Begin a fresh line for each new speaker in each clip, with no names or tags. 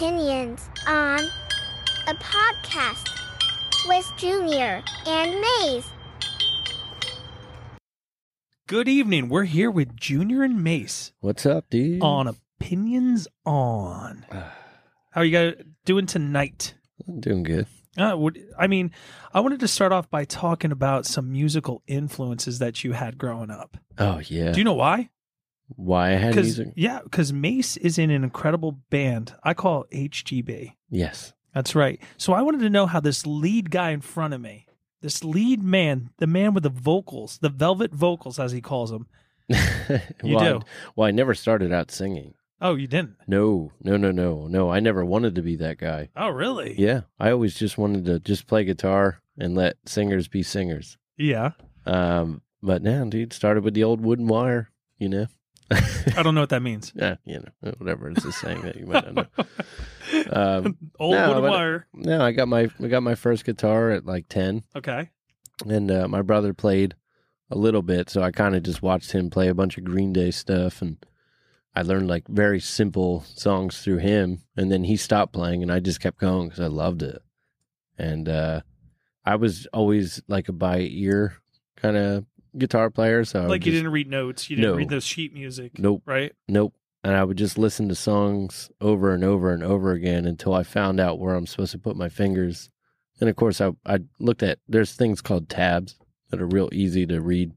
opinions on a podcast with Junior and Maze.
Good evening. We're here with Junior and Mace
What's up, dude?
on Opinions On. How are you guys doing tonight?
I'm doing good.
Uh, would, I mean, I wanted to start off by talking about some musical influences that you had growing up.
Oh yeah.
Do you know why?
Why I had
Because
music?
yeah, because Mace is in an incredible band. I call it HGB.
Yes.
That's right. So I wanted to know how this lead guy in front of me, this lead man, the man with the vocals, the velvet vocals as he calls them. You
well,
do.
I, well, I never started out singing.
Oh, you didn't?
No, no, no, no, no. I never wanted to be that guy.
Oh, really?
Yeah, I always just wanted to just play guitar and let singers be singers.
Yeah.
Um, but now, dude, started with the old wooden wire. You know.
I don't know what that means.
yeah, you know, whatever. It's a saying that you might not know. Um,
Old
uh, No,
wooden
but-
wire.
no, I got my I got my first guitar at like ten.
Okay.
and uh, my brother played a little bit, so I kind of just watched him play a bunch of Green Day stuff, and I learned like very simple songs through him. And then he stopped playing, and I just kept going because I loved it. And uh, I was always like a by ear kind of guitar player, so I would
Like you
just-
didn't read notes. You didn't
No.
read the sheet music.
nope
Right?
nope. And I would just listen to songs over and over and over again until I found out where I'm supposed to put my fingers. And of course, I, I looked at there's things called tabs that are real easy to read,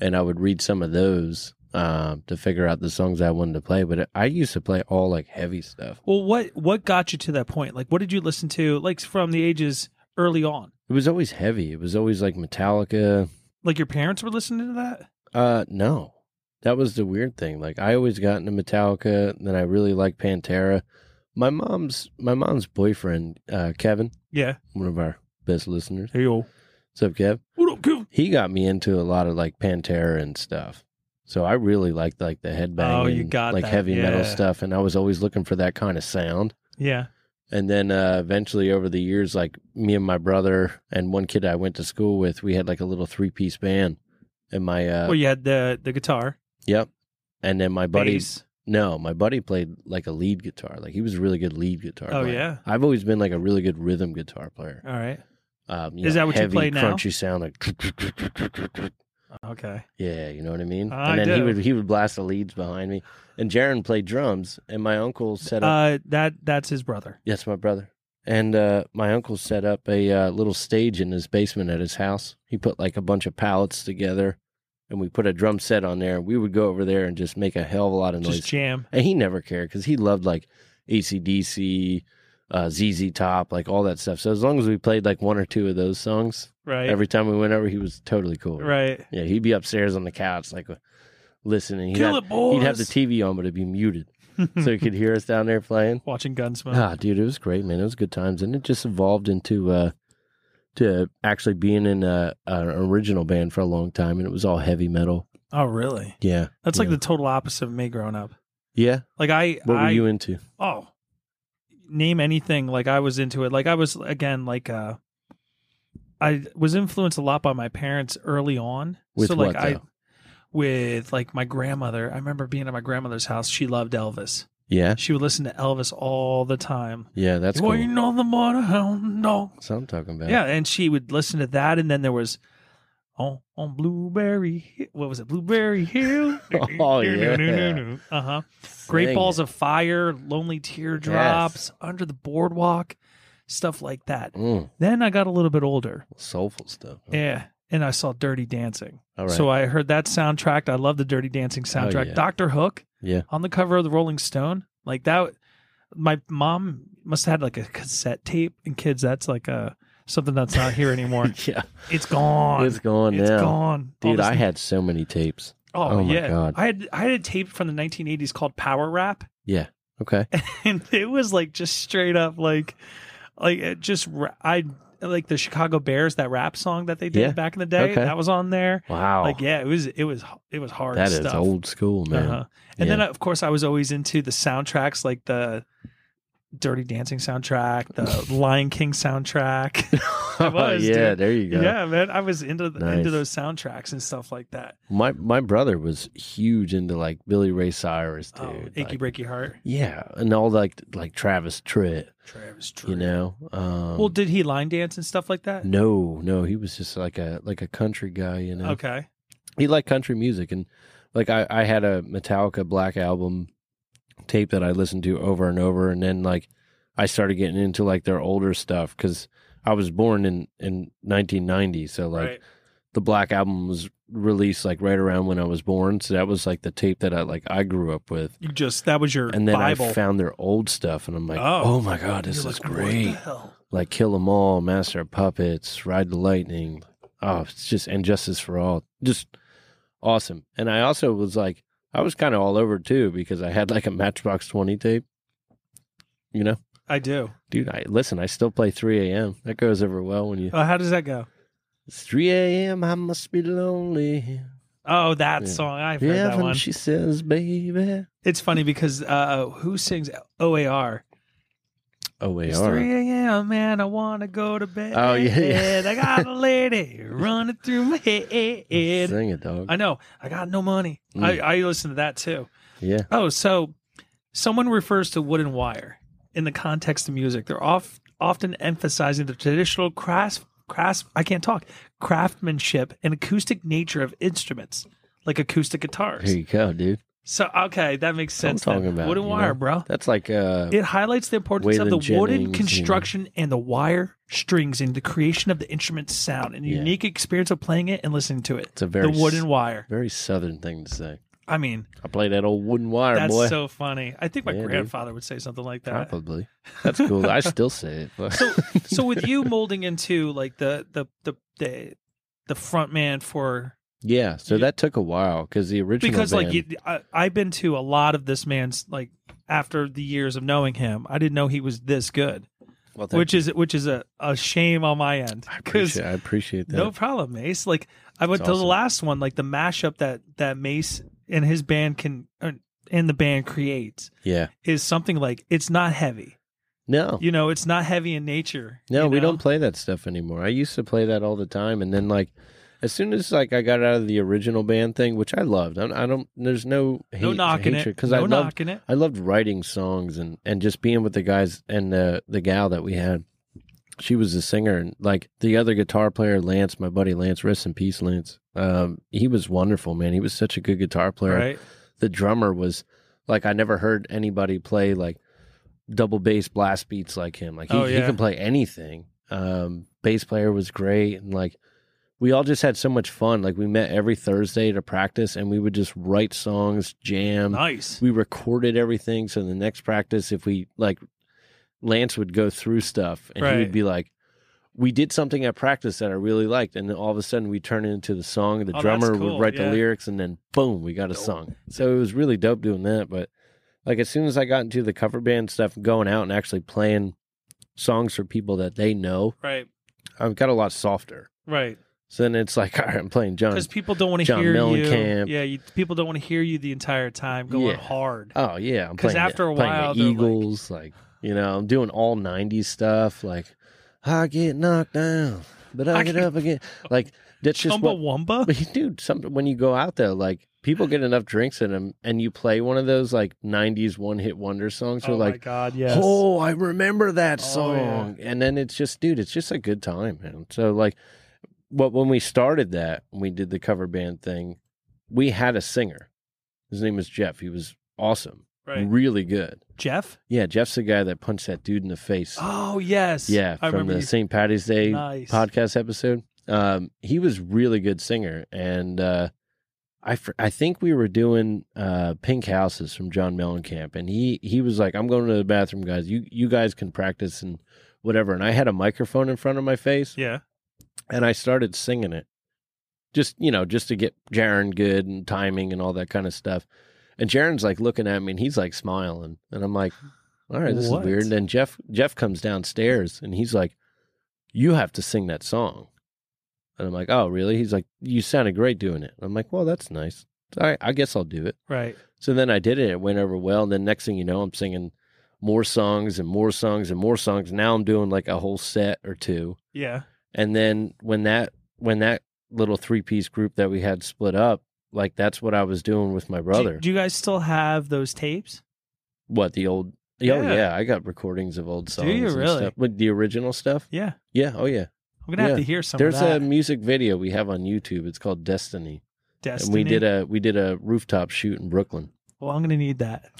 and I would read some of those um, to figure out the songs I wanted to play. But I used to play all like heavy stuff.
Well, what what got you to that point? Like what did you listen to like from the ages early on?
It was always heavy. It was always like Metallica.
Like your parents were listening to that?
Uh, no, that was the weird thing. Like I always got into Metallica, and then I really liked Pantera. My mom's my mom's boyfriend, uh, Kevin.
Yeah.
one of our best listeners.
Hey yo.
What's up, Kev?
What up, Kevin?
He got me into a lot of like Pantera and stuff. So I really liked like the headbang
Oh, you
and,
got
like
that.
heavy
Yeah.
metal stuff, and I was always looking for that kind of sound.
Yeah.
And then uh, eventually, over the years, like me and my brother and one kid I went to school with, we had like a little three piece band. And my uh,
well, you had the the guitar,
yep. And then my buddy,
bass.
no, my buddy played like a lead guitar. Like he was a really good lead guitar.
Oh,
player.
yeah?
I've always been like a really good rhythm guitar player.
All right.
Um,
Is that what you
heavy,
play now?
Crunchy sound like.
Okay.
Yeah, you know what I mean.
I
and then he
do.
would he would blast the leads behind me, and Jaron played drums, and my uncle set up.
Uh that that's his brother.
yes, my brother and uh, my uncle set up a uh, little stage in his basement at his house. He put like a bunch of pallets together, and we put a drum set on there. We would go over there and just make a hell of a lot of noise.
Just jam.
and he never cared because he loved like ACDC, uh, ZZ Top, like all that stuff. So as long as we played like one or two of those songs,
Right.
Every time we went over, he was totally cool.
right.
Yeah, he'd be upstairs on the couch, like uh, listening. He'd,
Kill
have,
it, boys.
he'd have the TV on, but it'd be muted, so he could hear us down there playing.
Watching Gunsmoke.
Ah, dude, it was great, man. It was good times, and it just evolved into uh, to actually being in a, an original band for a long time, and it was all heavy metal.
oh, really?
Yeah,
That's like
Yeah.
the total opposite of me growing up.
yeah.
Like I,
What
I-
were you into?
oh, name anything. Like I was into it. Like I was again. Like uh, I was influenced a lot by my parents early on.
With
so like
what,
I,
though?
with like my grandmother. I remember being at my grandmother's house. She loved Elvis.
Yeah,
She would listen to Elvis all the time.
yeah. That's
well,
cool.
you know the motorhound dog.
That's what I'm talking about.
Yeah, and she would listen to that, and then there was on on Blueberry. Hi- What was it? Blueberry Hill.
Oh, yeah.
Uh huh. Great
Sing
balls
it.
of fire, lonely teardrops, under the boardwalk, stuff like that.
Mm,
Then I got a little bit older.
soulful stuff.
Yeah. And I saw Dirty Dancing.
Oh. All right. Oh,
So I heard that soundtrack. I love the Dirty Dancing soundtrack.
yeah.
Dr. Hook
yeah.
on the cover of the Rolling Stone. Like that my mom must have had like a cassette tape and kids that's like a something that's not here anymore.
yeah.
It's gone.
It's gone
It's
now.
gone. All
Dude,
this-
I had so many tapes.
Oh,
oh my
yeah.
God.
I had I had a tape from the 1980s called Power Rap,
Yeah. Okay.
and it was like just straight up like, like it just ra- I like the Chicago Bears that rap song that they did
Yeah.
back in the day
Okay.
that was on there.
Wow.
Like yeah, it was it was it was hard.
That is
stuff.
old school, man.
uh, Uh-huh. And then of course I was always into the soundtracks, like the Dirty Dancing soundtrack, the Lion King soundtrack. was,
yeah,
dude.
there you go.
Yeah, man, I was into the,
Nice.
into those soundtracks and stuff like that.
My my brother was huge into like Billy Ray Cyrus, dude.
oh, achy
like-
breaky heart.
yeah, and all like like Travis Tritt,
Travis
you
Tritt.
know. Um,
Well, did he line dance and stuff like that?
no, no, he was just like a like a country guy, you know.
Okay.
he liked country music and like I, I had a metallica black album tape that i listened to over and over and then like i started getting into like their older stuff because i was born in in 1990 so like
right.
the black album was released like right around when i was born so that was like the tape that i like i grew up with
You just that was your
and then
Bible.
i found their old stuff and i'm like
Oh.
oh, my god this
You're
is
like, what the
great
hell?
like kill 'em all master of puppets ride the lightning oh it's just and justice for all just awesome and i also was like i was kind of all over too because i had like a matchbox 20 tape you know
I do.
dude i listen i still play 3 a.m that goes over well when you
Oh, how does that go?
it's 3 a.m i must be lonely
Oh, that
Yeah.
song. I've heard
yeah
that one.
she says baby
It's funny because uh, who sings OAR?
oh we
It's
are
3 a.m., man. I want to go to bed.
Oh, yeah.
I got a lady running through my head.
sing it dog
I know. I got no money. I,
Mm.
I listen to that too.
yeah
Oh, so someone refers to wooden wire in the context of music. They're off, often emphasizing the traditional craft, craft, I can't talk, craftsmanship and acoustic nature of instruments like acoustic guitars.
here you go dude
So, okay, that makes
I'm
sense.
talking
then.
about,
wooden
you
wire,
know?
bro.
that's like uh
It highlights the importance of the
Waylon Jennings
wooden
and-
construction and the wire strings in the creation of the instrument's sound and the
Yeah.
unique experience of playing it and listening to it.
it's a very
the wooden wire.
very southern thing to say
I mean,
I play that old wooden wire,
that's
boy.
so funny. I think my
Yeah, dude.
grandfather would say something like that.
Probably. That's cool. I still say it. But.
so so with you molding into like the the the the, the front man for
yeah, so
you-
that took a while because the original
because like
band-
you, I, I've been to a lot of this man's like after the years of knowing him, I didn't know he was this good,
well, thank
which
you.
is which is a, a shame on my end
I
because
appreciate, I appreciate that.
no problem, Mace. Like I went
That's
to the
awesome.
last one, like the mashup that that Mace and his band can or- and the band creates
Yeah.
is something like it's not heavy.
No.
You know, it's not heavy in nature.
Oh. no,
you
we
know?
don't play that stuff anymore. I used to play that all the time, and then like, as soon as like I got out of the original band thing, which I loved. I don't. I don't there's no hate,
no knocking
hatred
it
because
no
I loved.
knocking it.
I loved writing songs and and just being with the guys and the the gal that we had. She was a singer and like the other guitar player, Lance, my buddy Lance, rest in peace, Lance. Um, he was wonderful, man. He was such a good guitar player.
Right.
The drummer was like I never heard anybody play like double bass blast beats like him. Like he,
Oh, yeah.
he can play anything. Um, bass player was great and like we all just had so much fun. Like we met every Thursday to practice and we would just write songs, jam
Nice.
we recorded everything so the next practice if we like lance would go through stuff and he
Right.
would be like we did something at practice that i really liked and then all of a sudden we turn it into the song the
Oh, that's
drummer
cool,
would write
yeah.
the lyrics and then boom we got a
Dope.
song so it was really dope doing that but like as soon as i got into the cover band stuff going out and actually playing songs for people that they know
Right.
i've got a lot softer
Right.
so then it's like all right i'm playing john
Because people don't want to
John
hear
Mellencamp.
you. Yeah. You, people don't want to hear you the entire time going
Yeah.
hard.
Oh yeah, I'm
'Cause
playing the-
after a
playing
while,
the
they're like-
Eagles, like... you know, I'm doing all '90s stuff, like I get knocked down, but I,
I
get
get-
up again. Like that's just
Chumba
what,
Wumba.
dude. Some when you go out there, like people get enough drinks in them, and you play one of those like '90s one-hit wonder songs.
oh
where
my
like,
God. Yes.
oh, I remember that
Oh,
song, and then it's just, dude, it's just a good time, man. So like, what when we started that, when we did the cover band thing, we had a singer. His name was Jeff. He was awesome
right.
really good.
Jeff.
Yeah, Jeff's the guy that punched that dude in the face.
Oh yes.
yeah,
I
from
remember
the
you.
St. Patty's Day
Nice.
podcast episode. Um, he was really good singer, and uh, I fr- I think we were doing uh, Pink Houses from John Mellencamp, and he he was like, "I'm going to the bathroom, guys. You you guys can practice and whatever." And I had a microphone in front of my face,
Yeah.
and I started singing it. Just you know, just to get Jaron good and timing and all that kind of stuff. And Jaron's like looking at me and he's like smiling. And I'm like, All right, this is
What?
weird. And then Jeff Jeff comes downstairs and he's like, You have to sing that song. And I'm like, Oh, really? He's like, You sounded great doing it. And I'm like, Well, that's nice. All right, I guess I'll do it.
Right.
So then I did it. It went over well. And then next thing you know, I'm singing more songs and more songs and more songs. Now I'm doing like a whole set or two.
Yeah.
And then when that when that little three piece group that we had split up, like that's what I was doing with my
Do-
brother.
Do, you guys still have those tapes?
what the old? Oh
Yeah.
yeah, I got recordings of old songs.
you
and
really?
Stuff. With the original stuff.
Yeah.
Yeah. Oh yeah.
I'm gonna have
Yeah.
to hear some
There's
of that.
a music video we have on YouTube. It's called Destiny.
Destiny.
and we did a we did a rooftop shoot in Brooklyn.
Well, I'm gonna need that.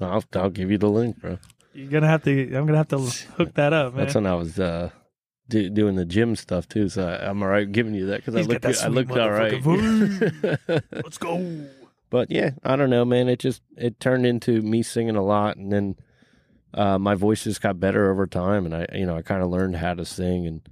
I'll I'll give you the link, bro.
You're gonna have to. I'm gonna have to hook that up, man.
That's when I was uh, do, doing the gym stuff too. So I, I'm all right giving you that because I
He's got
looked
that
good- I
sweet
looked all right.
Let's go.
but yeah, I don't know, man. It just it turned into me singing a lot, and then uh, my voice just got better over time, and I you know I kind of learned how to sing, and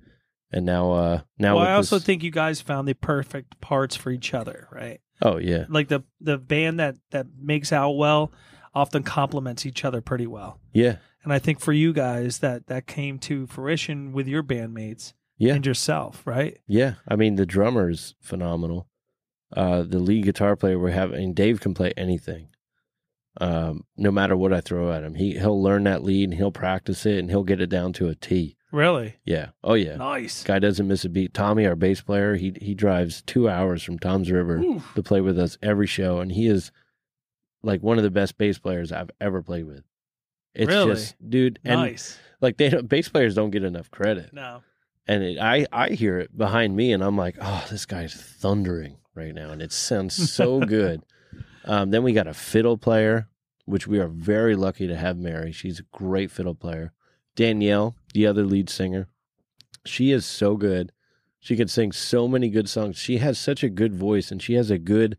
and now uh now
well,
with
I also
this-
think you guys found the perfect parts for each other, right?
oh yeah
Like the the band that that makes out well often complements each other pretty well.
yeah
And I think for you guys that that came to fruition with your bandmates
Yeah.
and yourself, right?
yeah. I mean the drummer is phenomenal. Uh, the lead guitar player we have, and Dave can play anything. Um, no matter what I throw at him, he he'll learn that lead and he'll practice it and he'll get it down to a T.
Really
Yeah. Oh yeah.
nice.
Guy doesn't miss a beat. Tommy, our bass player, he he drives two hours from Tom's River
Oof.
to play with us every show, and he is like one of the best bass players I've ever played with. It's
Really?
just, dude, and
nice.
like they don't, bass players don't get enough credit,
No,
and it, I I hear it behind me, and I'm like, oh, this guy's thundering right now, and it sounds so good. Um, then we got a fiddle player, which we are very lucky to have. Mary, she's a great fiddle player. Danielle, the other lead singer, she is so good. She can sing so many good songs. She has such a good voice, and she has a good,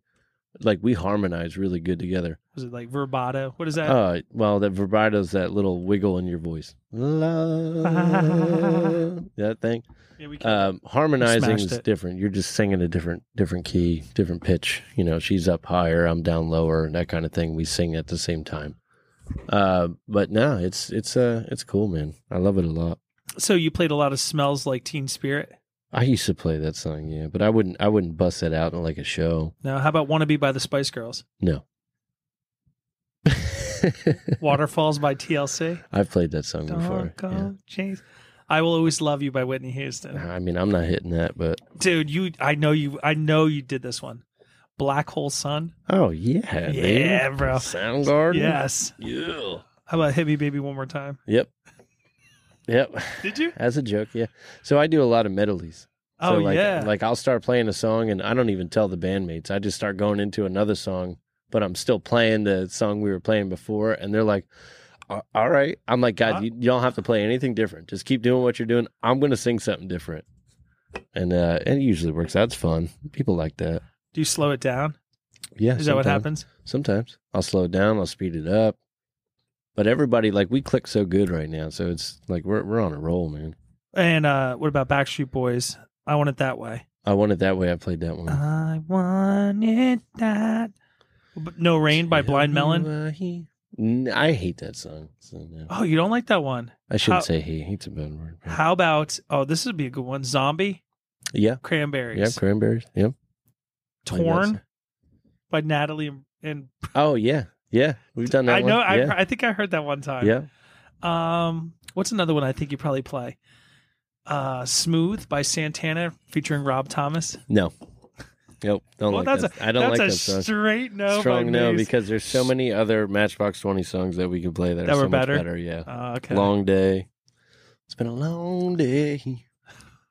like we harmonize really good together.
was it like verbato? What is that?
Uh, well, that vibrato's that little wiggle in your voice, La- that thing
yeah, we can,
um, harmonizing
Smashed
is
it.
different. You're just singing a different different key, different pitch. You know, she's up higher, I'm down lower, and that kind of thing. We sing at the same time. Uh, but no, it's it's uh it's cool, man. I love it a lot.
so you played a lot of smells like Teen Spirit.
I used to play that song, yeah, but I wouldn't I wouldn't bust it out in like a show.
Now, how about "Wanna Be" by the Spice Girls?
No.
"Waterfalls" by TLC.
I've played that song before.
Don't
Yeah. Uh-huh.
go chase. I will always love you by Whitney Houston.
I mean, I'm not hitting that, but
Dude, you I know you I know you did this one. Black Hole Sun.
oh yeah, dude.
Yeah, bro.
Soundgarden.
Yes.
Yeah.
How about Hit Me Baby One More Time?
Yep. Yep.
Did you?
As a joke, yeah. So I do a lot of medleys.
Oh
so like,
yeah.
Like I'll start playing a song and I don't even tell the bandmates. I just start going into another song, but I'm still playing the song we were playing before, and they're like. "A- All right, I'm like, guys,
Huh?
you, you don't have to play anything different. Just keep doing what you're doing. I'm gonna sing something different, and uh, and it usually works. That's fun. People like that.
Do you slow it down?
Yeah.
Is that what
sometimes.
happens?
Sometimes I'll slow it down, I'll speed it up. But everybody, like, we click so good right now. So it's like we're, we're on a roll, man.
And uh what about Backstreet Boys? I want it that way.
I want it that way. I played that one.
I want it that. But No Rain by Blind Melon.
uh, N- I hate that song. So no.
Oh, you don't like that one.
I shouldn't
how-
say he. He's a bad word.
How about oh, this would be a good one. Zombie
Yeah.
Cranberries.
Yeah. Cranberries. Yeah.
Torn by Natalie and, and
Oh, yeah. Yeah. We've done that
I
one.
know I,
Yeah.
I think I heard that one time.
yeah.
Um, what's another one I think you probably play? Uh, Smooth by Santana featuring Rob Thomas.
No. Nope. Don't
Well,
like
that's
that. I I don't
That's
like
a
that song.
straight no. by
Strong no,
Mace.
because there's so many other Matchbox 20 songs that we could play that,
That
are so
were
much
better?
better. Yeah.
Uh, okay.
Long day. It's been a long day.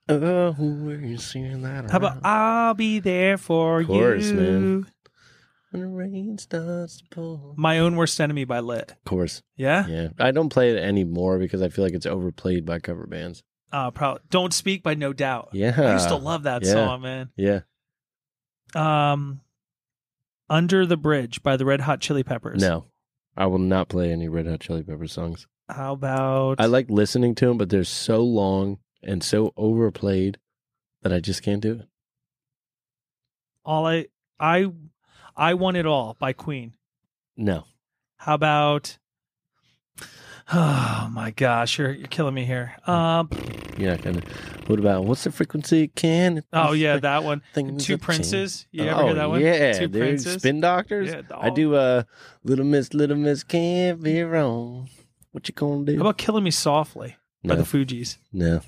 Oh, were you seeing that?
How about
around?
I'll be there for
Of course,
you?
man. when the rain starts to pour?
My own worst enemy by Lit.
Of course.
Yeah.
Yeah. I don't play it anymore because I feel like it's overplayed by cover bands.
Uh, probably Don't Speak by No Doubt.
Yeah.
I used to love that
Yeah.
song, man.
Yeah.
Um, Under the Bridge by the Red Hot Chili Peppers.
No. I will not play any Red Hot Chili Pepper songs.
How about
I like listening to them, but they're so long and so overplayed that I just can't do it.
all I I I want it all by Queen.
No.
How about? Oh my gosh, you're you're killing me here.
Hmm.
Um.
You're not gonna. What about what's the frequency? Can it-
Oh yeah, that one.
thing
Two
that change?
Princes. You ever hear that one?
Oh, Yeah,
Two
dude.
Princes.
Spin Doctors.
Yeah,
I
oh,
do uh Little Miss Little Miss Can't Be Wrong. What you gonna do?
How about "Killing Me Softly" by
No.
the Fugees?
no,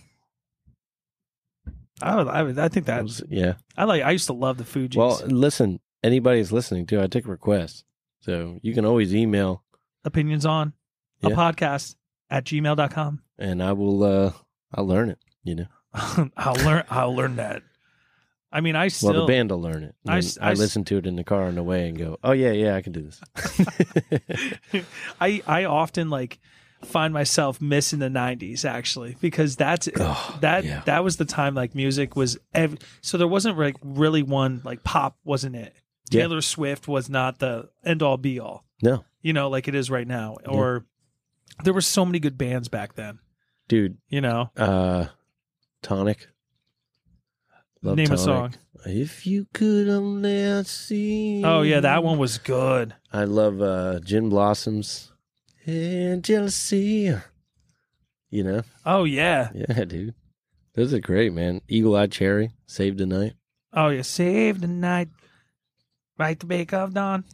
I would, I, would, I think
that
that
was yeah.
I like. I used to love the Fugees.
Well, listen, anybody's listening too. I take requests, so you can always email,
Opinions on a
Yeah.
podcast at gmail.com.
and I will. uh I'll learn it. You know,
I'll learn. I'll learn that. I mean, I still.
well, the band will learn it.
I
And then
s-
I,
I s-
listen to it in the car on the way and go, "Oh yeah, yeah, I can do this."
I I often like find myself missing the 90s actually because that's
Oh,
that
yeah.
that was the time like music was ev- so there wasn't like really one like pop wasn't it
Yeah.
Taylor Swift was not the end all be all
No.
you know like it is right now
Yeah.
or there were so many good bands back then
Dude,
you know
uh Tonic. Love
name a
Tonic.
song
If you could only see.
oh yeah that one was good
I love uh Gin Blossoms and Jealousy. You know?
oh yeah
Yeah, dude. Those are great, man. Eagle Eye Cherry, Save the Night.
oh yeah save the night right the bake of dawn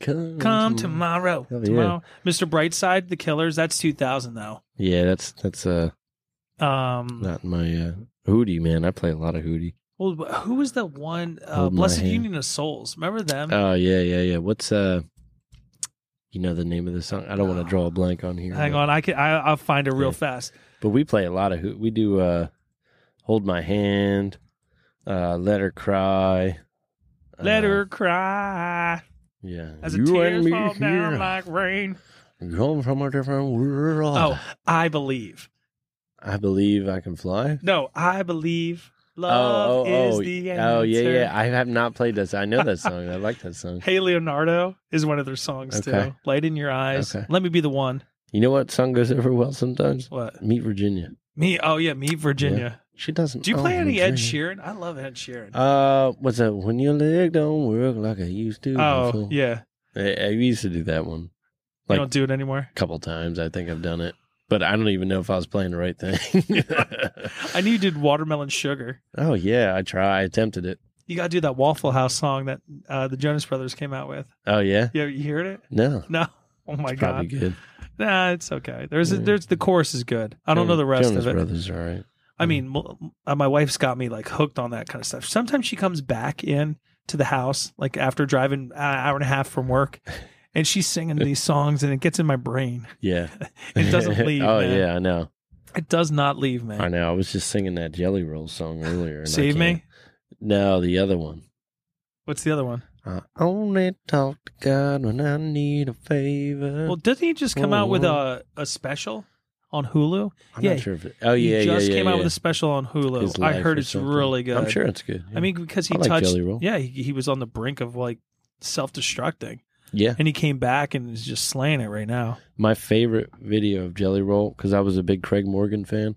Come,
Come tomorrow.
Mm-hmm. Hell yeah.
Tomorrow. Mr. Brightside, The Killers, that's 2000 though.
Yeah, that's that's uh
Um
not my uh Hootie, man. I play a lot of Hootie.
well, who was the one uh,
Hold my
Blessed
hand.
Union of Souls? Remember them?
Oh yeah, yeah, yeah. What's uh you know the name of the song? I don't want to draw a blank on here.
Hang
but-
on, I can I I'll find it real
Yeah.
fast.
But we play a lot of hoot. We do uh, Hold My Hand, uh, Let Her Cry.
Let
uh,
her cry
Yeah.
as the
You and
tears
me
fall down
here.
like rain.
Come from a different world.
Oh, I believe.
I believe I can fly.
No, I believe love is
oh,
the answer.
oh, yeah, yeah. I have not played this. I know that song. I like that song.
Hey Leonardo is one of their songs
Okay.
too. Light in your eyes.
Okay.
Let me be the one.
You know what song goes over well sometimes?
What?
Meet Virginia.
Me? Oh yeah, me Virginia.
She doesn't.
Do you play
oh,
any Ed
Virginia.
Sheeran? I love Ed Sheeran.
Uh, what's that? When your leg don't work like it used to.
oh
fool.
yeah,
I, I used to do that one.
you
Like-
don't do it anymore.
couple times. I think I've done it, but I don't even know if I was playing the right thing.
I knew you did watermelon sugar.
oh yeah, I tried. I attempted it.
You got to do that Waffle House song that uh, the Jonas Brothers came out with.
Oh yeah,
You, you heard it?
no,
No. Oh my
probably
god.
good.
Nah, it's okay. There's
Yeah.
there's the chorus is good. I don't know the rest
Jonas
of it.
Brothers, are all right.
I mean, mo- uh, my wife's got me like hooked on that kind of stuff. Sometimes she comes back in to the house like after driving an hour and a half from work, and she's singing these songs, and it gets in my brain.
Yeah,
It doesn't leave.
oh
man.
yeah, I know.
it does not leave, man.
I know. I was just singing that Jelly Roll song earlier. and I
Save
can't-
me.
No, the other one.
What's the other one?
I only talk to God when I need a favor.
Well, didn't he just come out with
Mhm.
a, a special on Hulu?
I'm
yeah,
not sure if it. Oh
he
yeah,
just
yeah, yeah,
came out
yeah.
with a special on
His
Hulu.
Life
I heard
or
it's
something.
really good.
I'm sure it's good.
I mean, because he
I like
touched.
Jelly Roll.
Yeah, he, he was on the brink of like self destructing,
yeah.
and he came back and is just slaying it right now.
my favorite video of Jelly Roll because I was a big Craig Morgan fan.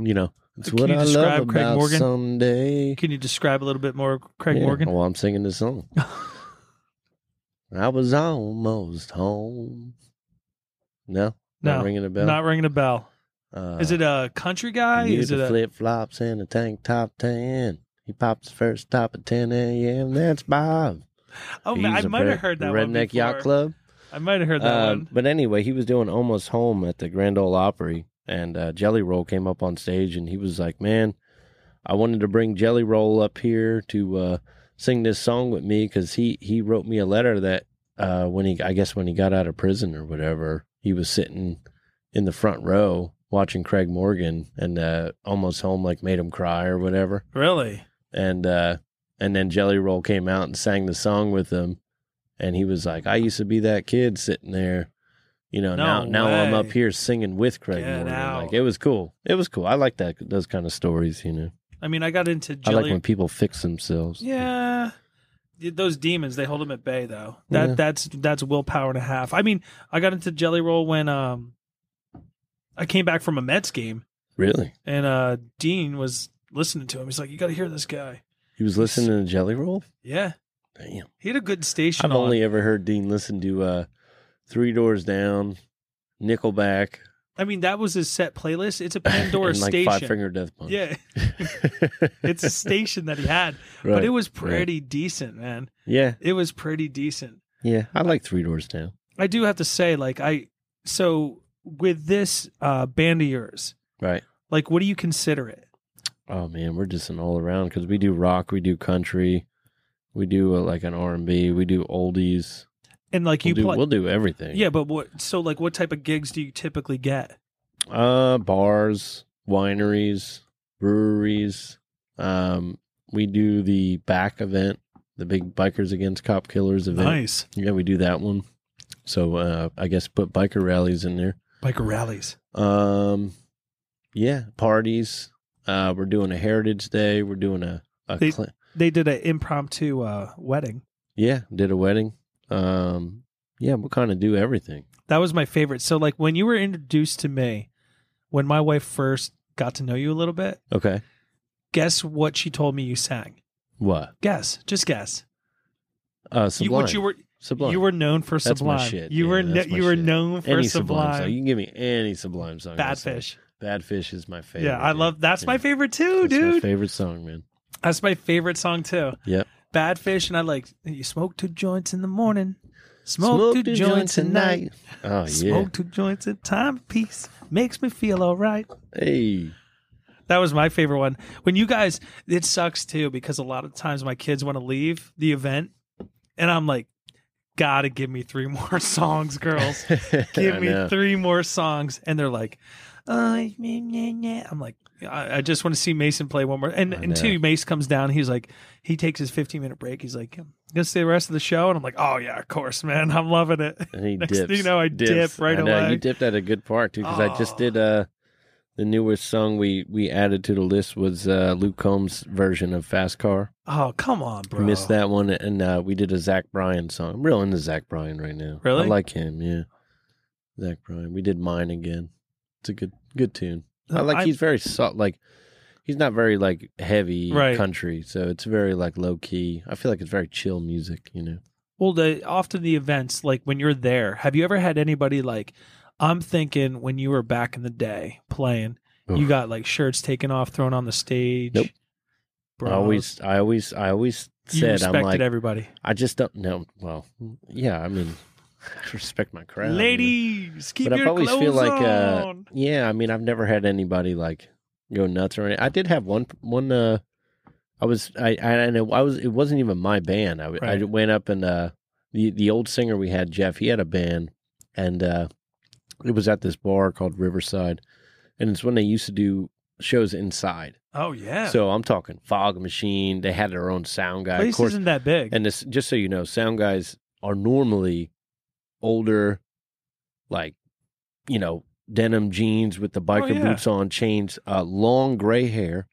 You know, it's
Can
what
you
I love
describe
about
Craig Morgan?
someday.
Can you describe a little bit more, Craig
Yeah,
Morgan?
Well, I'm singing this song. I was almost home. No,
No,
not ringing a bell.
Not ringing a bell.
uh,
Is it a country guy?
he
Is
used
it
the
a?
flip flops and a tank top ten? He pops the first top at 10 a.m. That's Bob.
Oh,
He
man, I
was a
might have
pre-
heard that one
Redneck Yacht
before.
Club.
I might have heard that
Uh,
one.
but anyway, he was doing almost home at the Grand Ole Opry, and uh, Jelly Roll came up on stage, and he was like, "Man, I wanted to bring Jelly Roll up here to uh, sing this song with me because he he wrote me a letter that uh, when he I guess when he got out of prison or whatever, he was sitting in the front row watching Craig Morgan, and uh, almost home like made him cry or whatever,
Really?
and uh, and then Jelly Roll came out and sang the song with him, and he was like, "I used to be that kid sitting there, you know.
No
now now I'm
way.
up here singing with Craig
Get
Morgan.
out.
Like it was cool. It was cool. I like that those kind of stories. You know,
I mean, I got into
I
Jelly.
like when people fix themselves.
Yeah. Y- Those demons, they hold them at bay though. That
Yeah.
that's that's willpower and a half. I mean, I got into Jelly Roll when um I came back from a Mets game
really.
and uh Dean was listening to him. He's like, You gotta hear this guy.
He was listening to Jelly Roll.
Yeah.
Damn,
He had a good station.
I've
on.
only ever heard Dean listen to uh, Three Doors Down, Nickelback,
I mean, that was his set playlist. It's a Pandora
and like
station.
Five Finger Death Punch.
yeah. It's a station that he had.
Right.
But it was pretty decent, man.
yeah,
It was pretty decent.
yeah. I like Three Doors Down.
I do have to say, like I so with this uh, band of yours,
Right.
like what do you consider it?
Oh man, we're just an all around because we do rock, we do country, we do uh, like an R and B, we do oldies.
And like
We'll
you
do,
play,
we'll do everything.
yeah, but what? So like, what type of gigs do you typically get?
Uh, bars, wineries, breweries. Um, we do the back event, the big bikers against cop killers event.
Nice
Yeah, we do that one. So uh, I guess put biker rallies in there.
biker rallies.
Um, yeah, parties. Uh, we're doing a Heritage Day. We're doing a, a
They-
cl-
They did an impromptu uh, wedding.
yeah. Did a wedding. Um, yeah, we kind of do everything.
That was my favorite. So like when you were introduced to me, when my wife first got to know you a little bit,
Okay.
guess what she told me you sang?
What?
Guess, just guess.
Uh,
You,
Sublime.
what you were
Sublime.
you were known for
That's
Sublime.
my shit.
You
Yeah,
were kno-
that's my
you were
shit.
known for
any Sublime. song. You
Sublime.
can give me any Sublime song. I'll
Bad
sing.
fish.
Bad Fish is my favorite.
Yeah, I
dude.
love. That's
Yeah.
my favorite too,
That's
dude.
My favorite song, man.
That's my favorite song too.
Yep.
Bad Fish, and I like you smoke two joints in the morning, smoke, two, joints, at night,
Oh yeah.
smoke two joints at time peace makes me feel all right.
Hey.
That was my favorite one. When you guys, it sucks too because a lot of times my kids want to leave the event, and I'm like, gotta give me three more songs, girls.
I
Give me
know.
three more songs, and they're like, uh, meh, meh, meh. I'm like. I I just want to see Mason play one more, and
I
until Mace comes down, he's like, he takes his 15 minute break. He's like, I'm gonna stay the rest of the show, and I'm like, oh yeah, of course, man, I'm loving it.
And he
Next
dips.
thing you know, I dip
Dips.
right
I know,
away.
You dipped at a good part too, because I just
Oh.
did uh, the newest song we we added to the list was uh, Luke Combs' version of Fast Car.
Oh come on, bro,
Missed that one, and uh, we did a Zach Bryan song. I'm real into Zach Bryan right now.
Really?
I like him. Yeah, Zach Bryan. We did mine again. It's a good good tune. I like
I-
he's very soft. Like he's not very like heavy
Right.
country, so it's very like low key. I feel like it's very chill music. You know.
Well, the often the events like when you're there, have you ever had anybody like? I'm thinking when you were back in the day playing, you
Oof.
got like shirts taken off, thrown on the stage.
Nope.
Bro,
I always, I always, I always
you
said,
respected
I'm like,
everybody,
I just don't know. Well, yeah, I mean, I respect my crowd, you know.
ladies. Keep
But
your
I've always
clothes
feel like, uh,
on.
Yeah, I mean, I've never had anybody like go nuts or anything. I did have one one. uh I was I I, I know I was it wasn't even my band. I, I
Right.
went up and uh the the old singer we had Jeff. He had a band, and uh it was at this bar called Riverside, and it's when they used to do shows inside.
oh yeah,
So I'm talking Fog Machine. They had their own sound guy.
place
of course,
isn't that big.
and this, just so you know, sound guys are normally older, like, you know, denim jeans with the biker
Oh, yeah.
boots on, chains, uh, long gray hair,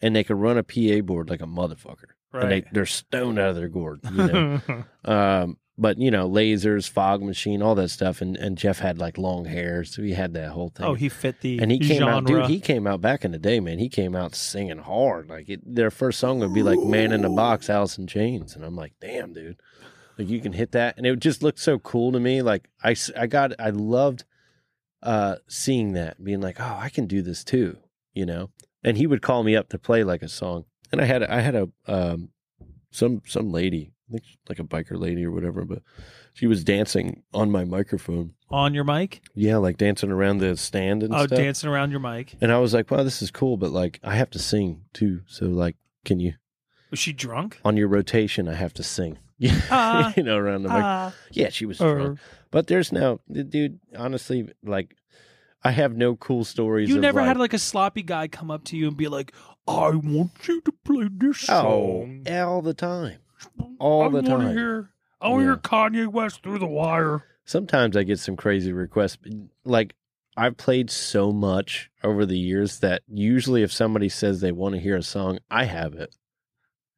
and they can run a PA board like a motherfucker. And
right.
they, they're stoned out of their gourd, you know. um, but, you know, lasers, fog machine, all that stuff. And, and Jeff had like long hair. So he had that whole thing
oh, he fit the
and he came
genre.
out, dude. He came out back in the day, man. He came out singing hard. Like it, their first song would be like "Man in the Box," Alice in Chains, and I'm like, damn, dude. Like you can hit that, and it just looked so cool to me. Like I, s- I got, I loved uh seeing that, being like, oh, I can do this too, you know. And he would call me up to play like a song, and I had, a- I had a um, some some lady, I think she's like a biker lady or whatever, but she was dancing on my microphone.
on your mic.
Yeah, like dancing around the stand and
Oh,
stuff.
dancing around your mic.
And I was like, wow, this is cool, but like I have to sing too. So like, can you
Was she drunk?
on your rotation? I have to sing. Yeah,
Ah.
you know, around the mic.
Ah,
yeah, she was
or
drunk. But there's now, dude. Honestly, like, I have no cool stories.
You
of,
never
like,
had like a sloppy guy come up to you and be like, "I want you to play this
oh
song
all the time. all
I
the
wanna
time.
Hear, I want to hear Kanye West through the wire."
Sometimes I get some crazy requests. Like I've played so much over the years that usually if somebody says they want to hear a song, I have it,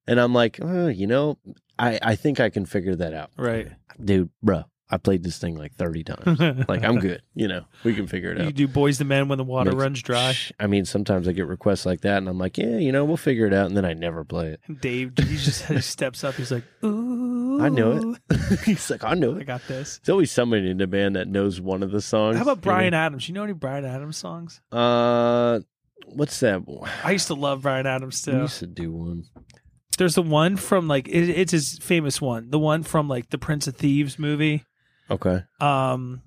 and I'm like, oh, you know, I I think I can figure that out.
Right.
dude, bro, I played this thing like 30 times. like, I'm good. You know, we can figure it
You
out.
do boys the men when the water
Makes-
runs dry.
Shh. I mean, sometimes I get requests like that, and I'm like, yeah, you know, we'll figure it out, and then I never play it.
And Dave, he just he steps up. He's like, "Ooh,
I know it. He's like, I know
I
it.
got this."
There's always somebody in the band that knows one of the songs.
How about
you know?
Brian Adams? You know any Brian Adams songs?
Uh, what's that? one?
I used to love Brian Adams
We
too.
used to do one.
There's the one from like it, it's his famous one, the one from like the Prince of Thieves movie.
Okay.
Um,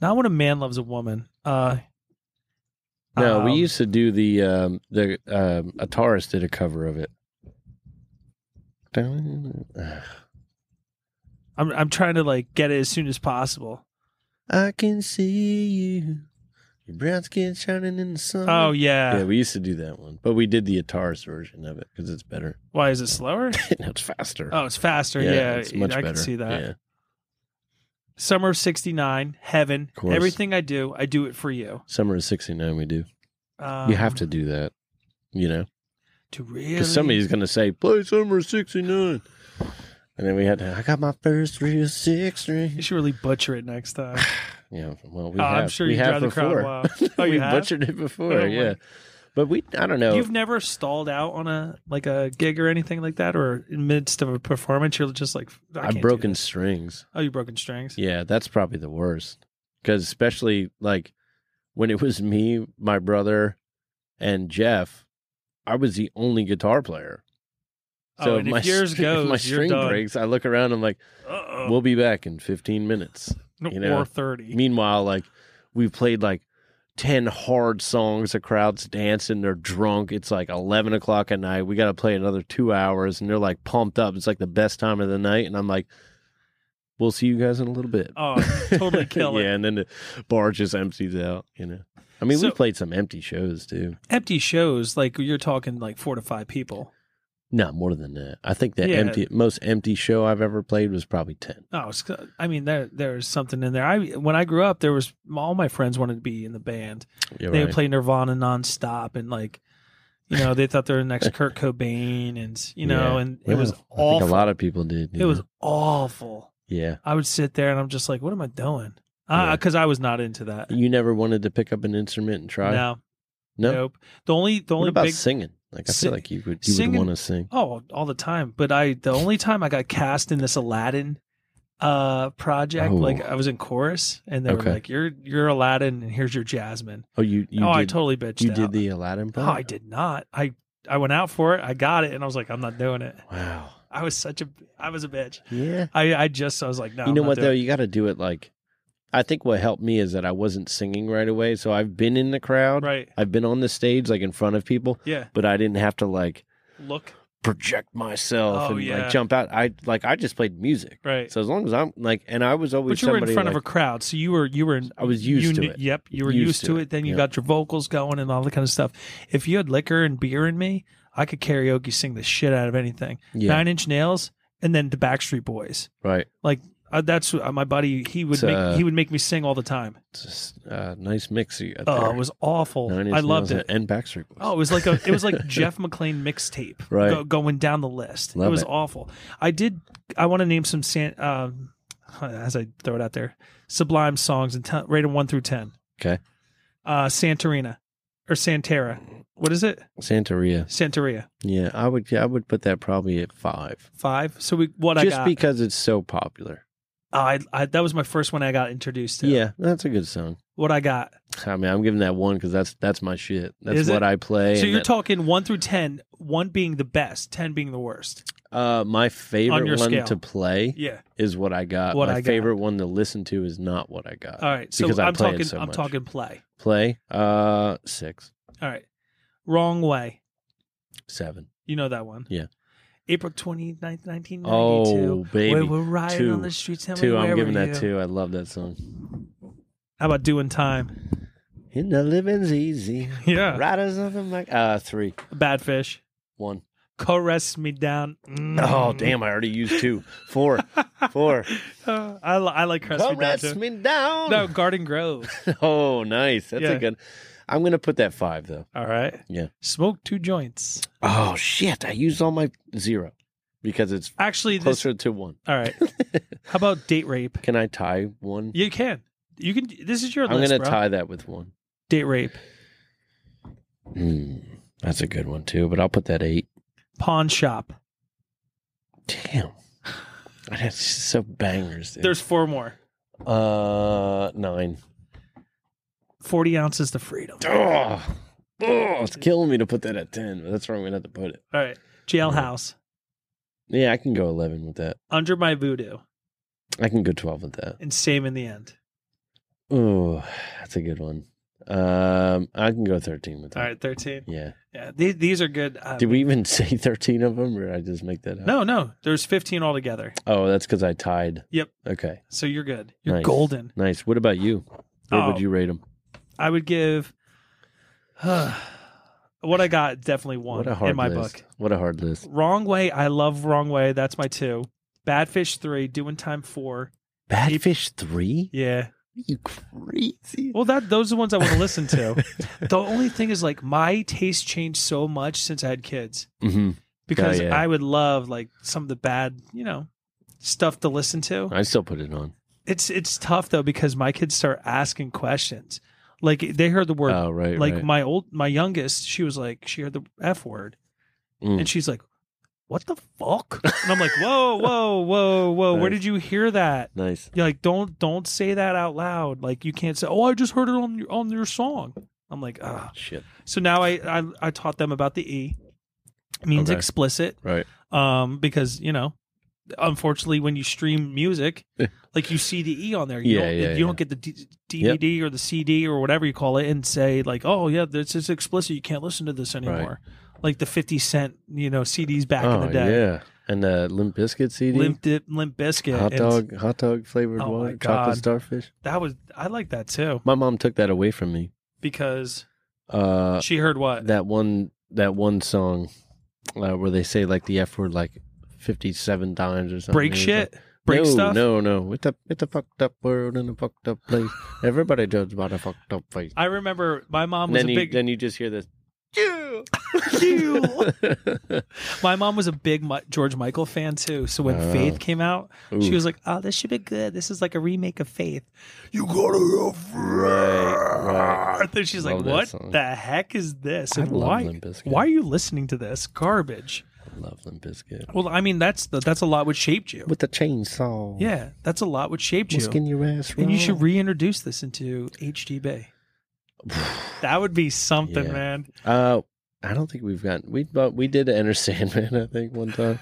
not when a man loves a woman. Uh,
No, we
um,
used to do the um, the um, Ataris did a cover of it.
I'm I'm trying to like get it as soon as possible.
I can see you, your brown skin shining in the sun.
Oh
yeah.
yeah.
we used to do that one, but we did the Ataris version of it because it's better.
Why is it slower?
no, it's faster.
Oh, it's faster. Yeah,
it's much
I
better.
can see that.
Yeah.
Summer of '69, heaven.
Of course.
Everything I do, I do it for you.
Summer of '69, we do.
Um,
you have to do that, you know,
to really.
because somebody's gonna say, "Play Summer of '69," and then we had, to, "I got my first real six
You
string."
should really butcher it next time.
Yeah, well, we
Oh,
have.
I'm sure
we
you
have
drive the crowd
before.
wild. Oh,
we
you have?
butchered it before,
Oh, my.
yeah. But we, I don't know.
You've never stalled out on a like a gig or anything like that, or in midst of a performance, you're just like I can't
I've
do
broken
this.
strings.
Oh, you broken strings.
Yeah, that's probably the worst. Because especially like when it was me, my brother, and Jeff, I was the only guitar player.
oh, and if yours
string- if
goes,
my
you're
string
done. Oh.
breaks, I look around. I'm like,
Uh-oh.
we'll be back in 15 minutes.
No,
you know,
or thirty.
Meanwhile, like we played like 10 hard songs. The crowd's dancing. They're drunk. It's like 11 o'clock at night. We got to play another two hours. And they're like pumped up. It's like the best time of the night. And I'm like, we'll see you guys in a little bit.
Oh, totally kill it.
yeah. And then the bar just empties out, you know. I mean, we
So-
played some empty shows too.
Empty shows, like you're talking like four to five people.
No, more than that. I think the
Yeah.
empty, most empty show I've ever played was probably 10.
Oh, it's, I mean, there there's something in there. I when I grew up, there was all my friends wanted to be in the band.
You're
they
right.
would play Nirvana nonstop, and like, you know, they thought they were the next Kurt Cobain, and you know,
Yeah.
and
Well,
it was
I think
awful.
a lot of people did. you
it was
know.
awful.
yeah.
I would sit there and I'm just like, what am I doing?
Yeah.
Because I was not into that.
You never wanted to pick up an instrument and try?
No,
No?
nope. The only the
what
only
about
big
singing? Like I
Sing-
feel like you would you
singing-
would want to sing.
oh all the time. But I the only time I got cast in this Aladdin uh project,
Oh.
like I was in chorus, and they
Okay.
were like, you're you're Aladdin, and here's your Jasmine.
Oh, you you
oh,
did,
I totally bitched.
you
out.
did the Aladdin
Oh,
part.
I did not. I I went out for it. I got it, and I was like, I'm not doing it.
Wow.
I was such a I was a bitch.
Yeah.
I I just I was like, no.
you
I'm
know
not
what
doing
though?
it."
You got to do it like. I think what helped me is that I wasn't singing right away, so I've been in the crowd.
Right.
I've been on the stage like in front of people,
Yeah.
but I didn't have to like
Look.
project myself
Oh,
and
yeah.
like jump out. I like I just played music.
Right.
So as long as I'm like, and I was always
but you were in
somebody,
front of
like-
a crowd, so you were you were. in-
I was used
you
to
knew-
it.
Yep, you were used, to it. Then you
yeah.
got your vocals going and all that kind of stuff. If you had liquor and beer in me, I could karaoke sing the shit out of anything.
yeah,
Nine Inch Nails and then the Backstreet Boys.
right.
Uh, that's uh, my buddy. He would
It's, uh,
make, he would make me sing all the time.
Just uh, nice mix. you got
Oh,
there.
it was awful.
Nine Inch
I loved
Nails
it.
And Backstreet Boys.
Oh, it was like a it was like Jeff McLean mixtape.
Right.
go, going down the list. it
Love
was
it.
awful. I did. I want to name some san, um, as I throw it out there, Sublime songs and ten, rate them one through ten.
Okay.
Uh, Santorina or Santera. What is it?
Santeria.
Santeria.
Yeah, I would. Yeah, I would put that probably at five,
Five. So we what I
just
got. Oh,
because it's so popular.
I, I that was my first one I got introduced to.
Yeah, that's a good song.
What I got.
I mean, I'm giving that one because that's that's my shit. That's
Is
what
it?
I play.
so
and
you're
that-
talking one through ten. One being the best. Ten being the worst.
uh, my favorite
on your
one
scale.
to play
Yeah.
is what I got.
What
my
I Got. Uh,
favorite one to listen to is not what I got.
All right. So
Because I
I'm
play it
talking.
so
I'm
much.
talking play.
Play uh six,
All right. Wrong way.
seven.
You know that one.
Yeah.
April 29th, 1992.
Oh
Where
baby,
we're riding
Two.
on the streets. and
two.
we
I'm
wear
giving
you.
that two. I love that song.
How about doing time?
In the living's easy.
Yeah.
Riders of the mic. Uh, three,
Bad fish.
one.
Caress me down. Mm.
Oh damn! I already used two, four, four.
Uh, I, li- I like caress me down
Caress
too.
me down.
No, Garden Grove.
Oh, nice. That's
Yeah.
a good. I'm gonna put that five though.
All right.
Yeah.
Smoke two joints.
Oh shit! I used all my zero because it's
Actually, this.
closer to one.
All right. How about date rape?
Can I tie one?
You can. You can. This is your
I'm
list,
gonna
bro.
tie that with one.
Date rape.
Hmm, that's a good one too. But I'll put that eight.
Pawn shop.
Damn. That's just so bangers. Dude.
There's four more.
uh nine.
40 ounces to freedom.
Oh, oh, it's killing me to put that at ten. But that's where I'm gonna have to put it.
All right. Jailhouse.
Yeah, I can go eleven with that.
Under my voodoo.
I can go twelve with that.
and same in the end.
Oh, that's a good one. Um, I can go thirteen with that.
All right, thirteen.
Yeah.
Yeah, these, these are good. Uh,
Did we even say thirteen of them, or did I just make that up?
No, no. There's 15 altogether.
Oh, that's because I tied.
Yep.
Okay.
So you're good. You're
Nice.
golden.
Nice. What about you? Where
Oh.
would you rate them?
I would give. what I got definitely one
What a hard
in my
list.
book.
What a hard list.
Wrong way. I love wrong way. That's my two. Badfish three. Doing time four.
Badfish three?
Yeah.
You crazy?
Well, that those are the ones I want to listen to. the only thing is like my taste changed so much since I had kids
hmm
because
yeah.
I would love like some of the bad, you know, stuff to listen to.
I still put it on.
It's it's tough though because my kids start asking questions. Like they heard the word
oh, right.
like
right.
my old my youngest she was like she heard the f word
Mm.
and she's like what the fuck and i'm like whoa whoa whoa whoa where
Nice.
did you hear that
nice.
you're like don't don't say that out loud like you can't say oh i just heard it on your on your song i'm like ah
Shit.
so now i i, I taught them about the e It means
Okay.
explicit
Right.
um because you know unfortunately when you stream music like you see the e on there you
Yeah,
don't,
yeah,
you
yeah.
don't get the D- dvd or the cd or whatever you call it and say like oh yeah this is explicit you can't listen to this anymore like the 50 cent you know cds back in
oh
the day
yeah. And the Limp Biscuit CD.
limp dip limp biscuit
hot
and
dog. Hot dog flavored
Oh, my
water.
God.
Chocolate starfish.
that was i like that too
My mom took that away from me.
because
Uh,
she heard what
that one that one song uh, where they say like the F word like fifty seven times or something.
break
It was
shit
like,
break
no,
stuff
No, no, it's a it's a fucked up world and a fucked up place. Everybody judges by a fucked up place.
i remember my mom
And
was
then
a
you
big
then you just hear this.
Ew. my mom was a big Mi- george michael fan too so when
Oh.
faith came out She was like, "Oh, this should be good. This is like a remake of Faith." You gotta have
Right, right.
Then she's like,
Love that
"What
song.
the heck is this?
I
And
love
why?
Limp Bizkit.
Why are you listening to this garbage?"
I love Limp Bizkit.
Well, I mean, that's the, that's a lot what shaped you.
with the chainsaw.
Yeah, that's a lot what shaped you.
Skin your ass.
And you
raw.
should reintroduce this into HDB. that would be something,
Yeah.
man.
Uh, I don't think we've gotten we but we did Enter Sandman I think one time,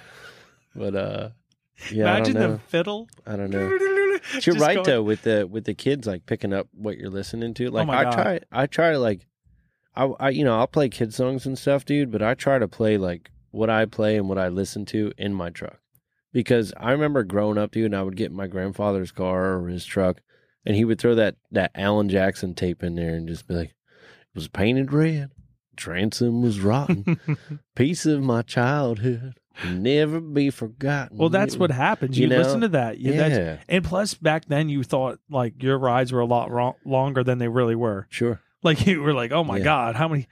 but uh, yeah,
Imagine
I don't know.
the fiddle.
I don't know. But you're
Just
right
going- Oh
though with the with the kids like picking up what you're listening to. Like
my
I
God.
try I try to like I, I you know I'll play kid songs and stuff, dude. But I try to play like what I play and what I listen to in my truck because I remember growing up, dude. And I would get in my grandfather's car or his truck, and he would throw that that Alan Jackson tape in there and just be like, "It was painted red, transom was rotten, piece of my childhood." Never be forgotten.
Well, that's
It
what
was-
happens. You,
you know,
listen to that. You, that's-
yeah.
And plus, back then you thought like your rides were a lot ro- longer than they really were.
Sure.
Like you were like, oh my
Yeah.
god, how many?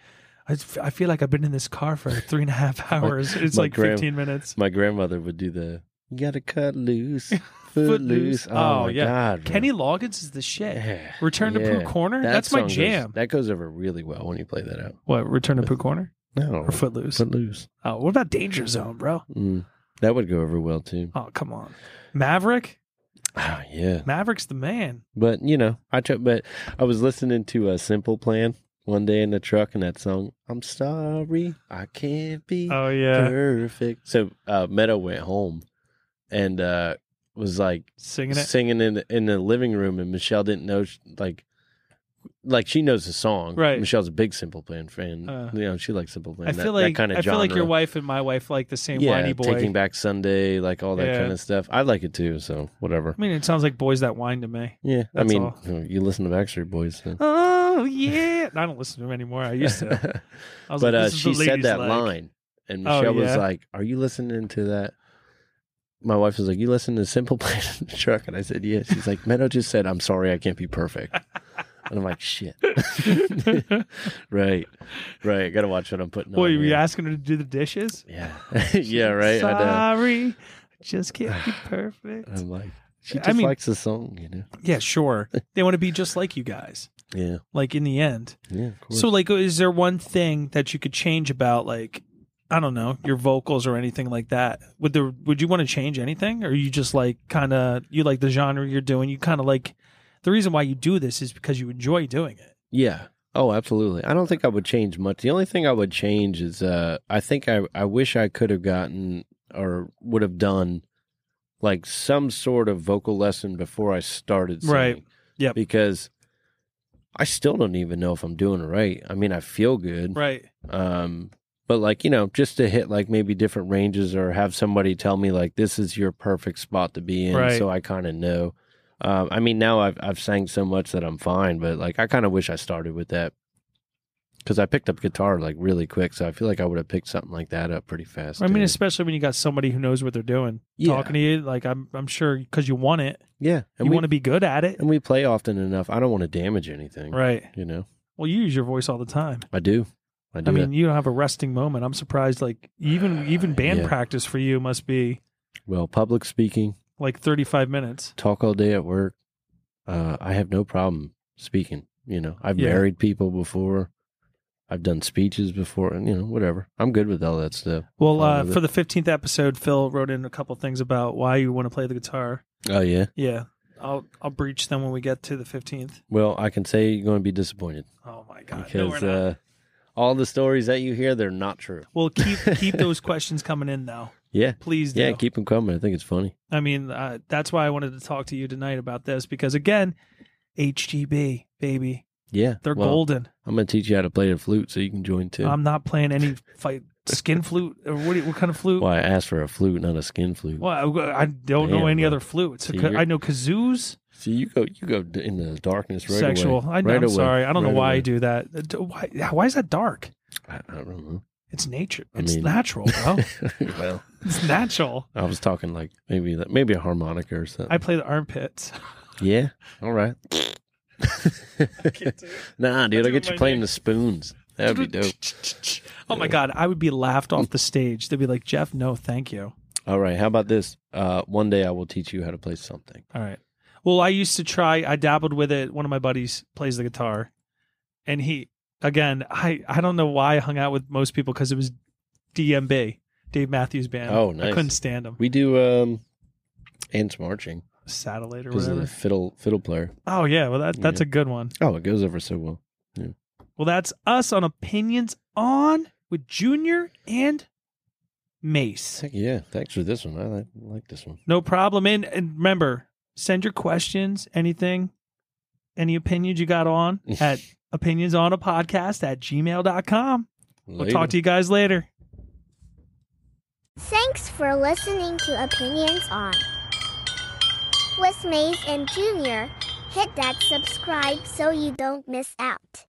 I, f- I feel like I've been in this car for three and a half hours. it's
my
like
grand-
fifteen minutes.
My grandmother would do the you gotta cut loose, foot,
loose.
loose.
Oh,
Oh, my
yeah.
god, bro.
Kenny Loggins is the shit.
Yeah.
Return to Pooh
Yeah.
Corner.
That
That's my
song goes-
jam.
that goes over really well when you play that out.
What? Return to Pooh Corner
No,
or Footloose?
foot loose.
Oh, what about Danger Zone, bro?
Mm. That would go over well too.
Oh, come on, Maverick.
Ah, yeah.
Maverick's the man.
But you know, I took. But I was listening to a Simple Plan one day in the truck, and that song. I'm sorry, I can't be.
Oh yeah,
Perfect. So uh, Meadow went home and uh, was like,
singing it.
singing in the, in the living room, and Michelle didn't know sh- like like she knows the song.
Right.
Michelle's a big Simple Plan fan.
Uh,
you know, she likes Simple Plan.
I
that-
feel
that
like
kind of
I feel like your
genre.
wife and my wife like the same
yeah,
whiny boy.
Taking Back Sunday, like all that
Yeah.
kind of stuff. I like it too. So whatever.
I mean, it sounds like boys that whine to me.
Yeah,
That's
I mean,
all.
you, know, you listen to Backstreet Boys. So.
Oh yeah, I don't listen to him anymore. I used to. I was
but
like,
uh,
this is
she
what
said
ladies
that
like.
line, and
Oh,
Michelle was
yeah?
like, "Are you listening to that?" My wife was like, "You listen to Simple Plan in the truck," and I said, "Yeah." She's like, "Meadow just said I'm sorry, I can't be perfect," and I'm like, "Shit." right, right. Gotta watch what I'm putting
Boy,
on.
you were
here.
asking her to do the dishes?
yeah, yeah, right. I know. Um,
Sorry, just can't be perfect.
I'm like, she
I
just
mean-
likes the song, you know.
yeah, sure. They want to be just like you guys.
Yeah,
Like in the end.
yeah. Of course.
So, like, is there one thing that you could change about, like, I don't know, your vocals or anything like that? Would there? Would you want to change anything, or you just like kind of you like the genre you're doing? You kind of like the reason why you do this is because you enjoy doing it.
Yeah. Oh, absolutely. I don't think I would change much. The only thing I would change is uh I think I I wish I could have gotten or would have done like some sort of vocal lesson before I started singing.
Right. Yep.
Because I still don't even know if I'm doing it right. I mean, I feel good.
Right.
Um, but like, you know, just to hit like maybe different ranges or have somebody tell me like this is your perfect spot to be in.
Right.
So I kind of know. Um, I mean, now I've I've sang so much that I'm fine, but like I kind of wish I started with that because I picked up guitar like really quick, so I feel like I would have picked something like that up pretty fast.
I mean,
too.
especially when you got somebody who knows what they're doing
Yeah.
talking to you. Like I'm, I'm sure because you want it,
yeah, and
you
we
want to be good at it,
and we play often enough. I don't want to damage anything,
right?
You know,
Well, you use your voice all the time.
I do. I do.
I mean, you don't have a resting moment. I'm surprised. Like even even band
Yeah.
practice for you must be
well, public speaking,
like 35 minutes.
talk all day at work. Uh, I have no problem speaking. You know, I've
Yeah.
married people before. I've done speeches before, and you know, whatever. I'm good with all that stuff.
Well, uh,
I love it.
for the 15th episode, Phil wrote in a couple things about why you want to play the guitar.
Oh yeah.
Yeah, I'll I'll breach them when we get to the 15th.
Well, I can say you're going to be disappointed
Oh my god! no, we're
because
not.
uh, all the stories that you hear they're not true.
well, keep keep those questions coming in though.
Yeah.
Please do.
Yeah, keep them coming. I think it's funny.
I mean, uh, that's why I wanted to talk to you tonight about this because again, HGB baby,
Yeah,
they're Um,
well,
golden.
I'm going to teach you how to play the flute so you can join too.
I'm not playing any fight skin flute or what, do you- what kind of flute?
well, I asked for a flute, not a skin flute.
Well, I, I don't know
Damn,
any
bro.
other flutes.
So
I cou-
you're-
I know kazoos,
See, you go, you go d- in the darkness right
sexual.
away.
I,
right
I'm
away.
sorry, I don't
Right
know why I
away.
do that. Uh, d- Why, why is that dark?
I, I don't know.
It's nature.
I
It's
mean-
natural, bro.
well,
it's natural.
I was talking like maybe that maybe a harmonica or something.
I play the armpits.
yeah. All right.
can't do it.
nah, dude,
I
I
do
get
it
you
my
playing
neck.
the spoons. That'd be dope.
Oh my
Yeah.
god, I would be laughed off the stage. They'd be like, "Jeff, no, thank you."
All right. How about this? Uh, one day I will teach you how to play something.
All right. Well, I used to try. I dabbled with it. One of my buddies plays the guitar, and he again. I I don't know why I hung out with most people because it was DMB, Dave Matthews Band.
Oh,
I
nice.
couldn't stand him.
We do um, ants marching
Satellite or
because of the
whatever.
fiddle fiddle player.
Oh yeah, well that that's
Yeah.
a good one.
Oh, it goes over so well.
Well, that's us on opinions on with Junior and Mace.
Heck yeah! Thanks for this one. I like, like this one.
No problem. And, and remember, send your questions, anything, any opinions you got on at opinions on a podcast at gmail.com. We'll talk to you guys later.
Thanks for listening to Opinions On. With Maze and Junior, hit that subscribe so you don't miss out.